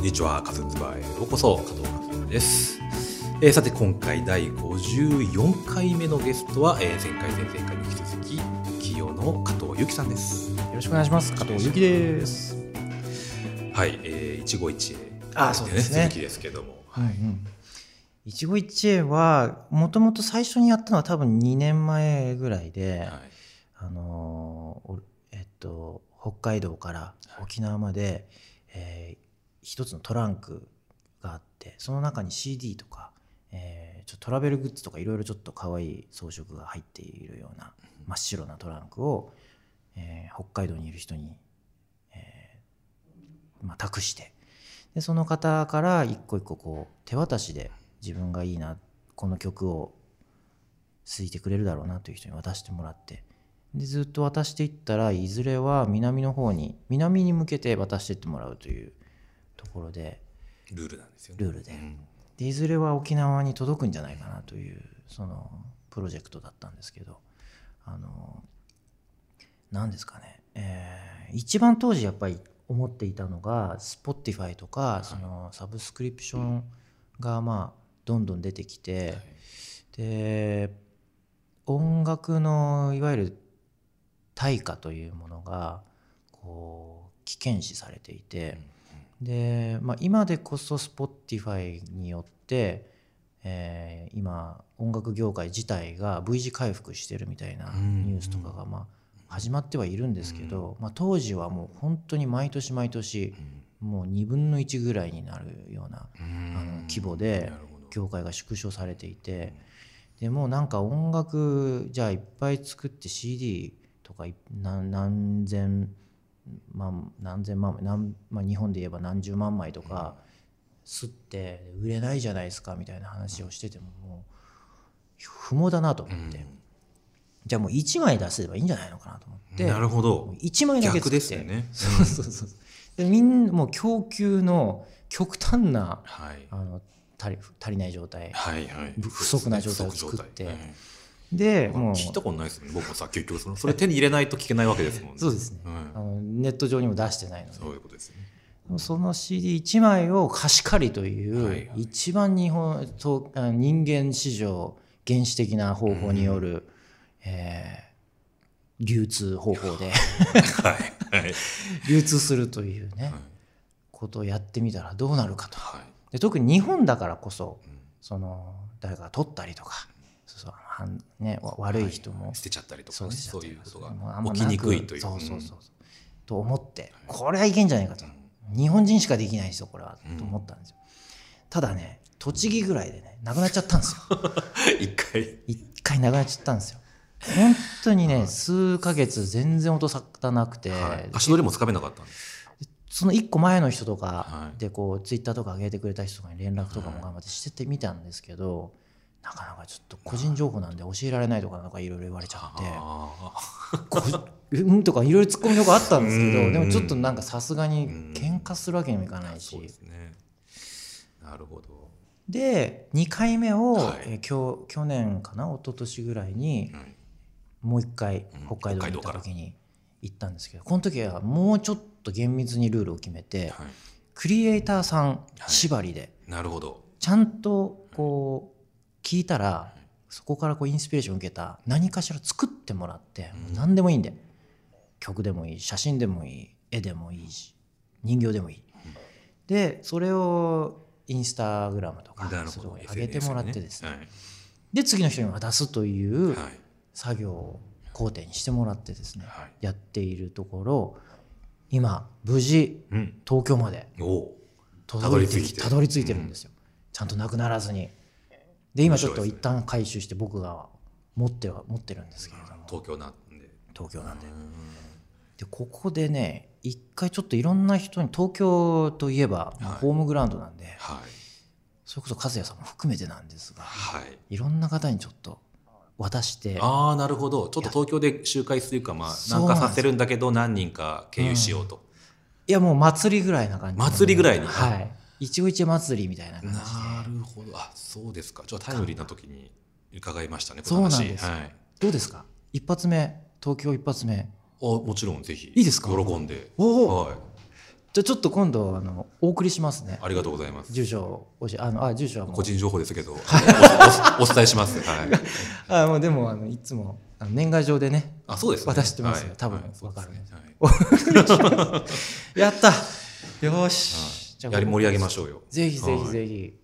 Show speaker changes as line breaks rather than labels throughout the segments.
にちは、カズンズバーへようこそ、加藤和也です。えーさて、今回第54回目のゲストは、えー前回、前々回に引き続き、企業の加藤由紀さんです。
よろしくお願いします。加藤由紀です。
はい、えー、一期一会。
あそうですね
続きですけども。
はい。一期一会は、もともと最初にやったのは多分2年前ぐらいで、
はい。
あのーおえっと、北海道から沖縄まで、えー一つのトランクがあって、その中に CD とか、えーちょっとトラベルグッズとかいろいろちょっと可愛い装飾が入っているような真っ白なトランクを、えー北海道にいる人に、えーまあ、託してでその方から一個一個こう手渡しで自分がいいなこの曲を好いてくれるだろうなという人に渡してもらってでずっと渡していったらいずれは南の方に南に向けて渡していってもらうというところで
ルールなんですよね。
ルールででいずれは沖縄に届くんじゃないかなというそのプロジェクトだったんですけどあの何ですかね、えー一番当時やっぱり思っていたのが Spotify とかそのサブスクリプションがまあどんどん出てきて、で音楽のいわゆる対価というものがこう危険視されていて。で、まあ、今でこそ Spotify によって、えー今音楽業界自体が V 字回復してるみたいな
うん
ニュースとかがまあ始まってはいるんですけど、まあ、当時はもう本当に毎年毎年もう2分の1ぐらいになるようなあの規模で
なるほど。
業界が縮小されていてでもうなんか音楽じゃあいっぱい作って CD とかい何何千万何千万枚何、まあ、日本で言えば何十万枚とか吸って売れないじゃないですかみたいな話をしててももう不毛だなと思って、じゃあもう1枚出せばいいんじゃないのかなと思って
なるほど。
1枚だけ作
逆
って
ですよね。
そう そうそうでみんなもう供給の極端な
はい。
あの足り足りない状態
はいはい。
不不足な状態を作って
不足状態
で
うん
もう
聞いたことないですよね。僕もさ、結局その、それ手に入れないと聞けないわけですもんね。
そうですね、
うん
あのネット上にも出してないので
そういうことですね。
その CD1 枚を貸し借りという、
はいはい
一番日本とあの人間史上原始的な方法による、えー流通方法
は
で
い。はい。
流通するというね、ことをやってみたらどうなるかと
はい。
で特に日本だからこそ
うん
その誰かが取ったりとかそうそうはんね、わ悪い人も
捨てちゃったりとか
そう
ね、
しちゃ
そ
っ
う
て
いう
ま
こ
す
と
もうあ
が
んま
起きにくい
な
という。
そうそうそう
う
と思ってこれはいけんじゃないかと、日本人しかできないですよこれは、
うん
と思ったんですよただね栃木ぐらいでねなくなっちゃったんです よ
ん。 一回。
一回なくなっちゃったんですよ本当にね、数ヶ月全然音たなくて、
はい足取りもつかめなかったんです。
その一個前の人と
は
か
い
でこうツイッターとか上げてくれた人とかに連絡とかも頑張ってしてってみたんですけど、なかなかちょっと個人情報なんで教えられないとかなんかいろいろ言われちゃって
あ
こうんとかいろいろ突っ込みとかあったんですけ
う
ど
ん
でもちょっとなんかさすがに
うん
喧嘩するわけにもいかな
あ。
いし
そうですね。なるほど。
で2回目を、
はい
えーきょ去年かな一昨年ぐらいに
はい
もう1回
うん
北海道に行っ
北海道か
た
ら
時に行ったんですけどこの時はもうちょっと厳密にルールを決めて
は
クリエイターさん縛りで
い。なるほど。
ちゃんとこう聞いたらそこからこうインスピレーション受けた何かしら作ってもらって
うん
何でもいいんで曲でもいい写真でもいい絵でもいいし人形でもいいでそれをインスタグラムとか
なる
そう
ほ
いうと
ど
こ。に上げてもらってですね
SNS
で次の人に渡すとい
ね。
う
はい。はい
作業を工程にしてもらってですね
はい。
やっているところ今無事
うん。
東京まで
おお。
届いてき
た
た
ど
どり着いてるんですよ、ちゃんとなくならずにで今ちょっ
面白
と
いです
一
ね
旦回収して僕が持っては持ってるんですけれども
東京なんで。
東京なんで
うん
でここでね一回ちょっといろんな人に東京といえばまあ
はい
ホームグラウンドなんで、
はい。
それこそ和也さんも含めてなんですが
はい。
いろんな方にちょっと渡して
ああ、なるほど。ちょっと東京で集会するか、まあ、
そう
南
な
下
んで
さ
す
せるんだけど、何人か経由しようと。
いやもう祭りぐらいな感じ
祭りぐらいに
はい一期一会祭りみたいな感じで
なるほど。あ、そうですか。ちょっとタイムリーな時に伺いましたね、
そうなんですよ
はい。
どうですか一発目東京一発目
あ、もちろん、ぜひ。
いいですか
喜んで。
おお
はい。
じゃあちょっと今度あのお送りしますね
ありがとうございます。
住所をおしあのあ住所はもう
個人情報ですけど、あのおおお伝えします。 はい。
あもうでもあのいつもあの年賀状でね
あ、そうです、ね。
渡してますよ多分
そうですね
やったよし、
はい、やり盛り上げま
ょ
しょうよ。
うぜひぜひぜひ、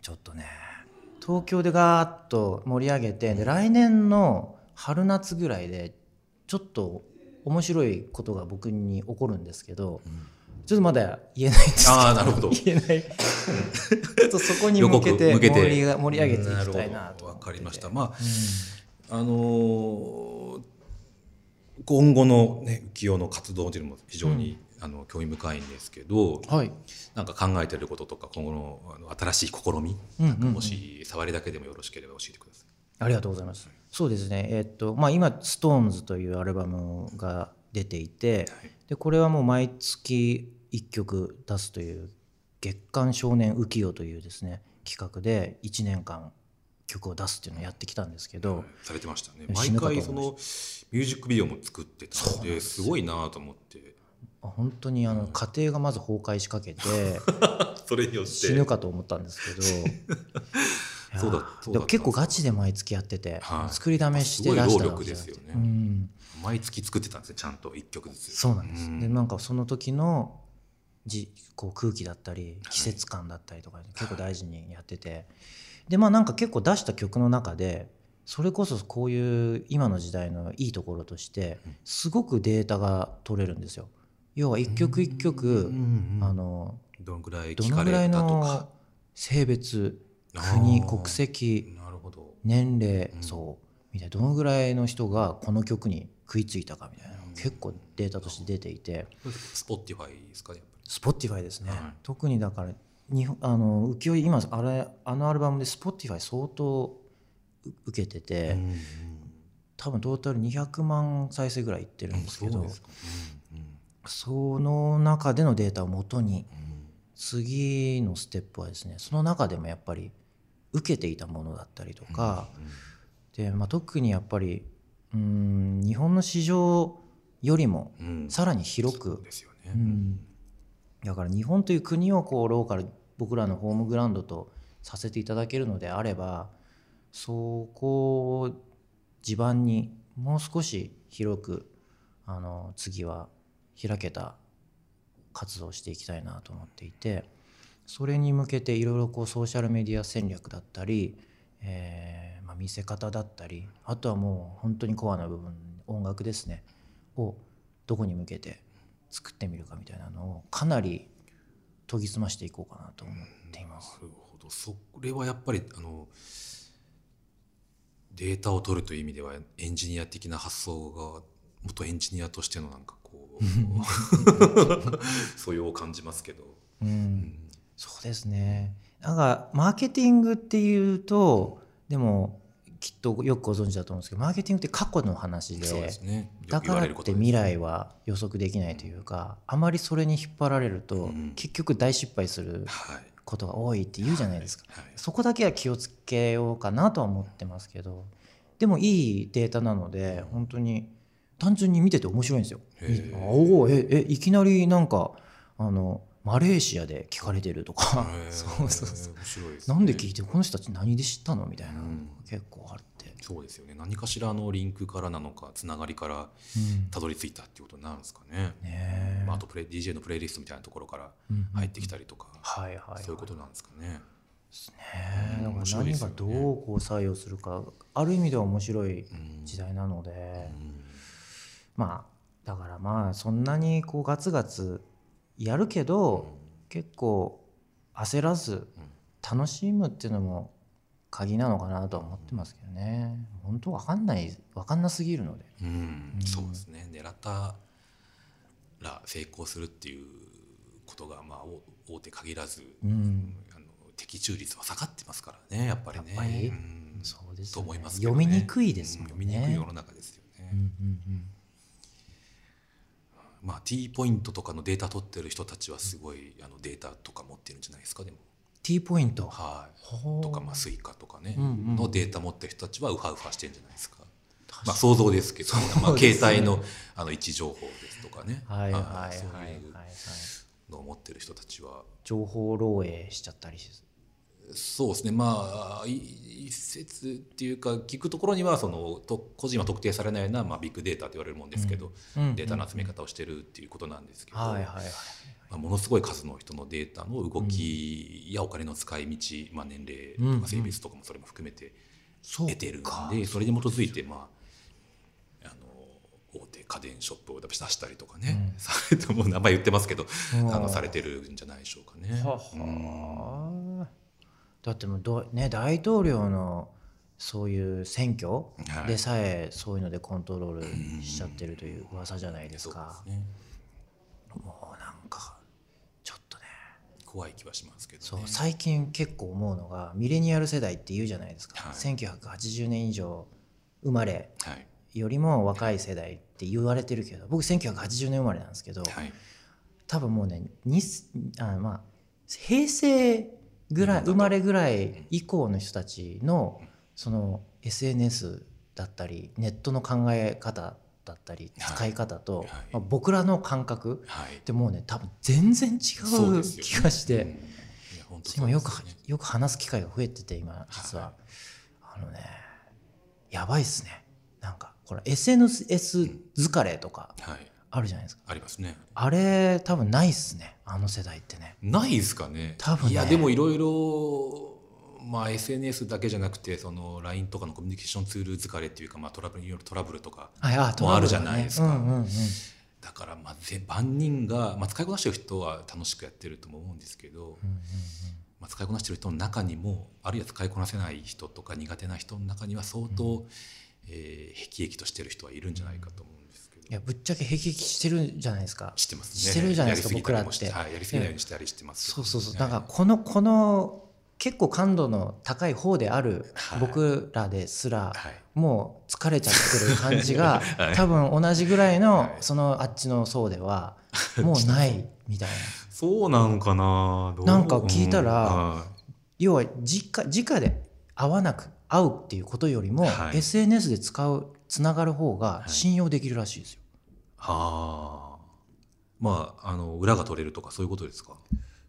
ちょっとね東京でガーッと盛り上げてで来年の春夏ぐらいでちょっと面白いことが僕に起こるんですけど
うん
ちょっとまだ言えないんですけど
あーなるほ ど
言えないちょっとそこに向けて
予告向けて
盛りが盛り上げていきたいな
るほ
と
ど
思
わ
ってて
かりました。まあ、あのー今後のね浮世の活動というのも非常に、あの興味深いんですけど、
はい、
なんか考えてることとか今後のあの新しい試み、
うんうんうん
もし触りだけでもよろしければ教えてくださ
ありがとうございます。そうですね。えっとまあ今 SixTONES というアルバムが出ていて、
はい
でこれはもう毎月1曲出すという月刊少年浮世というですね企画で1年間曲を出すっていうのをやってきたんですけ
い。
ど、
はいされてましたね。
死
毎
ぬかと思
回
いました
そのミュージックビデオも作ってた
そうな
の
ん
で
です
ごいなと思って、
本当にあの家庭がまず崩壊しかけ て
それによって
死ぬかと思ったんです けど。いや
そうだそうだったんです
でも結構ガチで毎月やってて、
はい
作りだめし
す
て
ご
出
い
した
労
ら
力ですよね
うん
毎月作ってたんですねちゃんと一曲ずつ。
そうなんです、
うん
でなんかその時のじこう空気だったり季節感だったりとか、結構大事にやっててでまあなんか結構出した曲の中でそれこそこういう今の時代のいいところとして
うん
すごくデータが取れるんですよ。要は一曲一曲
うんうんうん
あの
どのぐらい
ど
聞
の
か
ぐらい
れたとか
の性別
あー
国国籍
なるほど
年齢
うん
層みたいなどのぐらいの人がこの曲に食いついたかみたいな
うん
結構データとして出ていて。
スポティファイですかねやっぱ
Spotify ですね、
はい
特にだから日本あの浮世絵今あれあのアルバムで Spotify 相当う受けてて、
り、うん
多分トータル200万再生ぐらいいってるんですけど
か、うんうん
その中でのデータをもとに次のステップはですねその中でもやっぱり受けていたものだったりとか、でまあ、特にやっぱりうん日本の市場よりも
うんうん
さらに広く、
そうですよね、
うんだから日本という国をこうローカル僕らのホームグラウンドとさせていただけるのであればそこを地盤にもう少し広くあの次は開けた活動をしていきたいなと思っていてそれに向けていろいろこうソーシャルメディア戦略だったり、えーまあ、見せ方だったりあとはもう本当にコアな部分音楽ですねをどこに向けて作ってみるかみたいなのをかなり研ぎ澄ましていこうかなと思っています。
なるほどそれはやっぱりあのデータを取るという意味ではエンジニア的な発想が元エンジニアとしてのなんかこ う素養を感じますけど、
う、
うんん
そうですねなんかマーケティングっていうとでもきっとよくご存知だと思うんですけどマーケティングって過去の話で
そうですねよ
だ
く言
か
われ
らっ
るこ
て
とです
未来は予測できないというか、あまりそれに引っ張られると、
ん
結局大失敗する
はい
ことが多いって言うじゃないですか、
はい
そこだけは気をつけようかなとは思ってますけどでもいいデータなので本当に単純に見てて面白いんですよ
へー。
あおーええいきなりなんかあのマレーシアで聞かれてるとか そうそうそう
う。面白いですね
なんで聞いてるこの人たち何で知ったのみたいなのが
うん
結構あって、
そうですよね。何かしらのリンクからなのか、つながりから
うん
たどり着いたっていうことになるんですかね。
ねえ
まあ、あとプレイ DJ のプレイリストみたいなところから
うん
入ってきたりとか、
はいはい、はい、
そういうことなんですかね。
ねえだから
面白いで
何
すよ
が
ね
どうこう採用するかある意味では面白い
うん
時代なので、
うん
まあだからまあそんなにこうガツガツやるけど、結構焦らず楽しむっていうのも鍵なのかなとは思ってますけどね本当わかんないわかんなすぎるので
うん
うん
そうですね。狙ったら成功するっていうことが、まあ、お大手限らず、
うん
あの的中率は下がってますからね、やっぱりね。
やっぱり
うん
そうですね
と思いますけど
読
ね
みにくいですもんね、
うん読みにくい世の中ですよね。
うんうんうん
まあ、T ポイントとかのデータ取ってる人たちはすごいあのデータとか持ってるんじゃないですかでも。
T ポイント
はい
ほう
とか、まあ、スイカとかね、
うんうん
のデータ持ってる人たちはウハウハしてるんじゃないですか。まあ、想像ですけど、
そうですね
まあ、携帯のあの位置情報ですとかね、
はいはい
あ
は
ー
い
そう
はい
いう
はい
のを持ってる人たちは
情報漏洩しちゃったりす
そうですねまあい一説っていうか聞くところにはそのと個人は特定されないような、まあ、ビッグデータと言われるもんですけど、
る、うん
データの集め方をしてるっていうことなんですけど、
はいはいはい
まあ、ものすごい数の人のデータの動きやお金の使い道、まあ、年
う
齢と
ん
か性別とかもそれも含めて
そう
得てるんで、
か
それに基づいて、まあ、あの大手家電ショップを出したりとかね、されてもう名前言ってますけど、あのされてるんじゃないでしょうかね。
は
うん
はだってもうど、ね、大統領のそういう選挙
はい
でさえそういうのでコントロールしちゃってるという噂じゃないです
そう
か、
ですね
もうなんかちょっとね
怖い気はしますけど、ね、
そう最近結構思うのがミレニアル世代って言うじゃないですか、
はい
1980年以上生まれ
はい
よりも若い世代って言われてるけど僕1980年生まれなんですけど、
はい
多分もうねにあまあ平成ぐらい生まれぐらい以降の人たちのその SNS だったりネットの考え方だったり
はい
使い方と、
はい
まあ僕らの感覚
はい
ってもうね多分全然違
そう
う
ですよね
気がして、
うんいや本当そう
今
で
よ
す
く
ね
よく話す機会が増えてて今実は、
は
あのねやばいっすねなんかこれ SNS 疲れとか
はい
あるじゃないですか、
ありますね
あれ多分ないっすねあの世代ってね
ないですかね
多分ね
いやでもいろいろまあ SNS だけじゃなくてその LINE とかのコミュニケーションツール疲れっていうか、まあ、トラブルによるトラブルとか
ああ
もうあるじゃないですか
うんうんうん、
だからまあぜ万人が、まあ、使いこなしてる人は楽しくやってるとも思うんですけど、まあ、使いこなしてる人の中にもあるいは使いこなせない人とか苦手な人の中には相当、えー、へきとしてる人はいるんじゃないかと思うんですけど
いやぶっちゃけ辟易してるじゃないですか
知ってますね
してるじゃないですか
やりぎたりも
僕らって
しはい、やりすぎないようにしたりしてます
そうそうそう
は
だ
い
からこのこの結構感度の高い方である
はい
僕らですら、
はい
もう疲れちゃってる感じが、
はい
多分同じぐらいの、
はい
そのあっちの層 ではもうないみたいな
そうなのかなどう
なんか聞いたら
うんは
要は直直で会わなく会うっていうことよりも、
はい
SNS で使うつながる方が
い
信用できるらしいですよ、
あまああの裏が取れるとかそういうことですか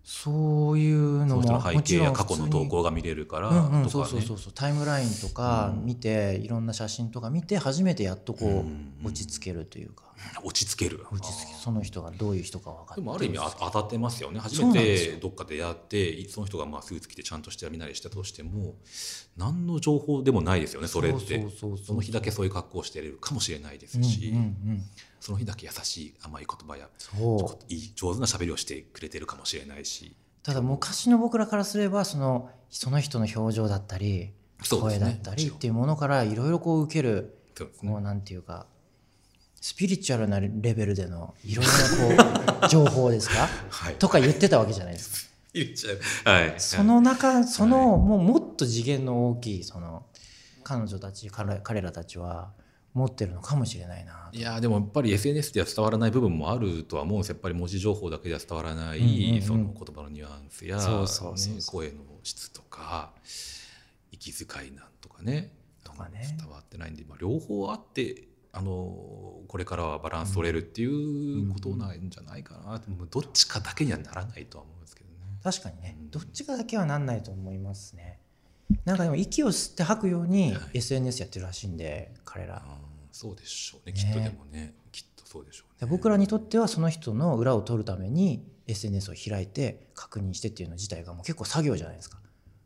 そういう
そ
の
の人
も
の背景や過去
普通
の
に
投稿が見れるからと
う
か、ね
んうん、そうそうそうそうタイムラインとか
うん
見て、いろんな写真とか見て初めてやっとこう、
うんうん
落ち着けるというか
落ち着ける
落ち着けその人がどういう人か分かっ
で
て
もある意味あ当たってますよね初
そう
め
なんです
て
よ
どっかでやってその人がまあスーツ着てちゃんとして見なりしたとしても何の情報でもないですよねそれって
そうそうそうそう
その日だけそういう格好をしてるかもしれないで
う
す
んうん
し、
うん、
その日だけ優しい甘い言葉や
そう
いい上手な喋りをしてくれてるかもしれないした
だ昔の僕らからすればそのその人の表情だったり
そうで
声
す
だ
ね
ったりっていうものからいろいろこう受ける
そうですね
こうなんていうかスピリチュアルなレベルでのいろんな こう情報ですか
はい
とか言ってたわけじゃないですか。
言っちゃう。はい。
その中そのもうもっと次元の大きいその彼女たち彼彼らたちは持ってるのかもしれないな。
いやでもやっぱり SNS では伝わらない部分もあるとは思うんですよやっぱり文字情報だけでは伝わらない、
うんうんうん
その言葉のニュアンスや、ね
そうそうそう
声の質とか息遣いなんとかね
とかね
伝わってないんで、まあ、両方あってあのこれからはバランス取れるっていうことなんじゃないかな、でもどっちかだけにはならないとは思うんですけどね。
確かにね
うん
どっちかだけはなんないと思いますね。なんかでも息を吸って吐くように
はい
SNS やってるらしいんで彼ら。
あーそうでしょうね
ね
きっとでもねきっとそうでしょう
で
ね。
僕らにとってはその人の裏を取るために SNS を開いて確認してっていうの自体がもう結構作業じゃないですか。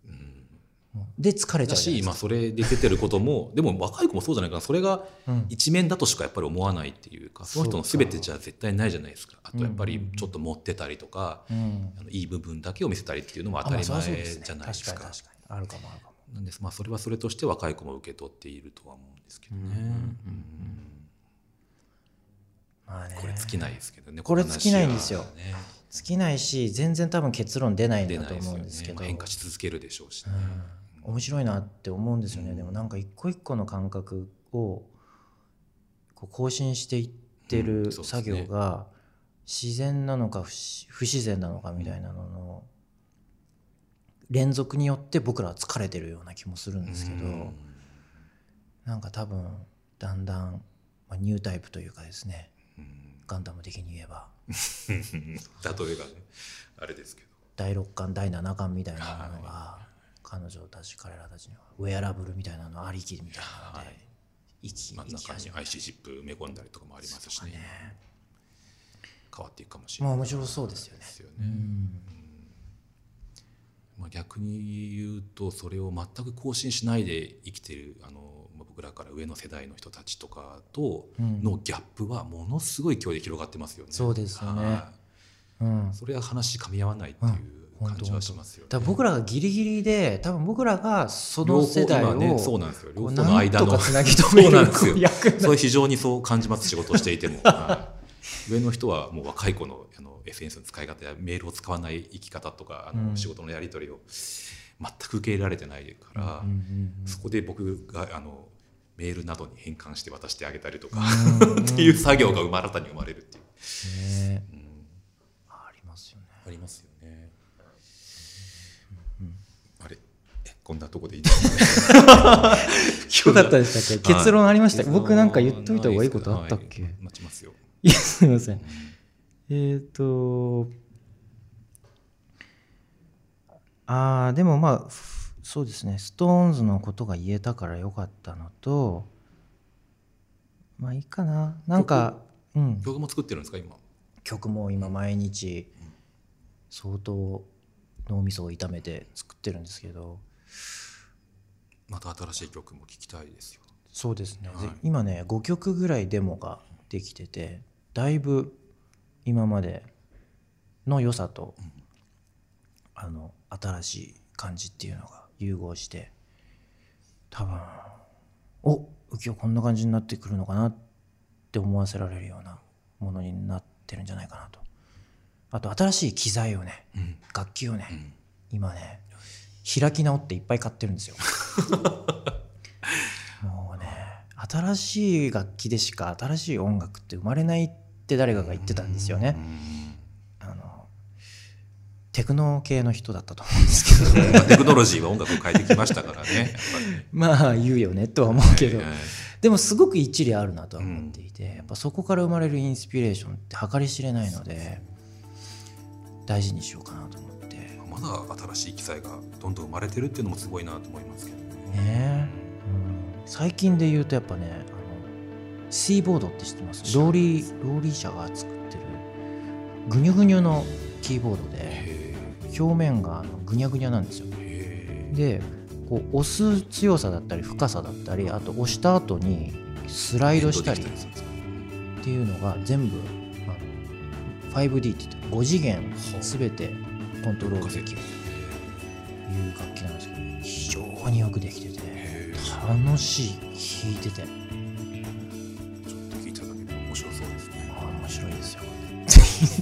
うん
もうで疲れち
だ
ゃうじゃな
し
いです
今
か。
それで出てることもでも若い子もそうじゃないかなそれが
うん
一面だとしかやっぱり思わないっていうかその人の全てじゃ絶対ないじゃないですかあとやっぱ
うんう
り
んうん
ちょっと持ってたりとか、
うん
あのいい部分だけを見せたりっていうのも当た
あまあ
り
そりゃ
前
そうですね
じゃないですか,、
確かに確かにあるかもあるかも。
なんですまあそれはそれとして若い子も受け取っているとは思うんですけどね、
うんうんうんまあね
うんこれ尽きないですけどね
これ
の話は
尽きないんですよ
ね
尽きないし全然多分結論出ないん
出
だ
ない
と
ですよ
思うん
ね
ですけど
まあ変化し続けるでしょうしね、
うん面白いなって思うんですよね、
うん
でもなんか一個一個の感覚をこう更新していって
う
る
んそうです
作
ね
業が自然なのか不自不自然なのかみたいなのの連続によって僕らは疲れてるような気もするんですけど、
うん
なんか多分だんだん、まあ、ニュータイプというかですね
うん
ガンダム的に言えば
例えばねあれですけど
第6巻第7巻みたいなのが
は
彼女たち彼らたちにはウェアラブルみたいなのありきみたいなの
は
で
い
生き
真ん
生き
中
始
に
め
IC チップ埋め込んだりとかもありますしね変わっていくかもしれ
まあ
ない
面白そうですよね
ですよね、
うん
まあ、逆に言うとそれを全く更新しないで生きてるあのまあ僕らから上の世代の人たちとかと
うん
のギャップはものすごい勢いで広がってますよね。
そうですよね
は
うん
いそれは話噛み合わないっていう
うん
感じはしますよね。
だから僕らがギリギリで多分僕らがその世代
両
を
方今ねそうなんですよ。両
こう
方の
なん
間
と
の
かつなぎ止め
そうなん
る
で
こ
すよ
う役に
それ非常にそう感じます仕事をしていて も、はい上の人はもう若い子のあの SNS の使い方やメールを使わない生き方とかあ
う
の
ん
仕事のやり取りを全く受け入れられてないから、
うんうんうん
そこで僕があのメールなどに変換して渡してあげたりとか、
うん
っていう作業が生まれたに生まれるっていう、
ね
うん
ありますよね
ありますよね。あれえこんなとこでいいですか
よ
ね。
かったでしたっけ
はい
結論ありました
結論
僕なんか言っといた方がいいことあったっけ、
はい
い、
待ちますよ。
やすいません
うん
えっ、とああでもまあふそうですねストーンズのことが言えたからよかったのとまあいいかななんかうん
曲も作ってるんですか今。
曲も今毎日
うん
相当脳みそを痛めて作ってるんですけど
また新しい曲も聴きたいですよ。
そうですね、
はい
で今ね5曲ぐらいデモができててだいぶ今までの良さと、あの新しい感じっていうのが融合して多分お浮世こんな感じになってくるのかなって思わせられるようなものになってるんじゃないかなとあと新しい機材をね
うん
楽器をね、
うん
今ね開き直っていっぱい買ってるんですよもうね新しい楽器でしか新しい音楽って生まれないって誰かが言ってたんですよね、あのテクノ系の人だったと思うんです けど
まあテクノロジーは音楽を変えてきましたからね。やっぱりね
まあ言うよねとは思うけど
はいはい
でもすごく一理あるなとは思っていて、やっぱそこから生まれるインスピレーションって計り知れないので大事にしようかなと思ってね
まだ新しい機材がどんどん生まれてるっていうのもすごいなと思いますけどね。
えうん最近で言うとやっぱねあのシーボードって知ってますローリーローリー社が作ってるぐにゅぐにゅのキーボードで
へ
表面があのぐにゃぐにゃなんですよ
えへえ
でこう押す強さだったり深さだったりあと押した後にスライドしたり
連動できするんですか
っていうのが全部あの 5D って言って5次元全てコントロールできるという楽器なんですけど非常によくできてて
へえ
楽しい弾いてて
ちょっと聞いただけで面白そうですね。
あ面白いですよ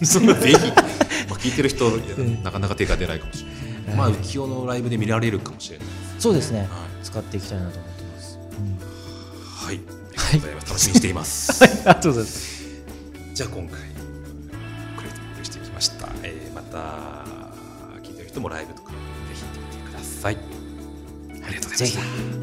そんなぜひ、まあ、聞いてる人、いや
うん
なかなか手が出ないかもしれない。まあ、浮世のライブで見られるかもしれない。
そうですね
はい
使っていきたいなと思ってます、
はい、ありがとうございます。楽しみにしています。
ありがとうございます
じゃあ今回クレートを用意してきました、えーまた聞いてる人もライブとかぜひ行ってみてくださいありがとうございました
ぜひ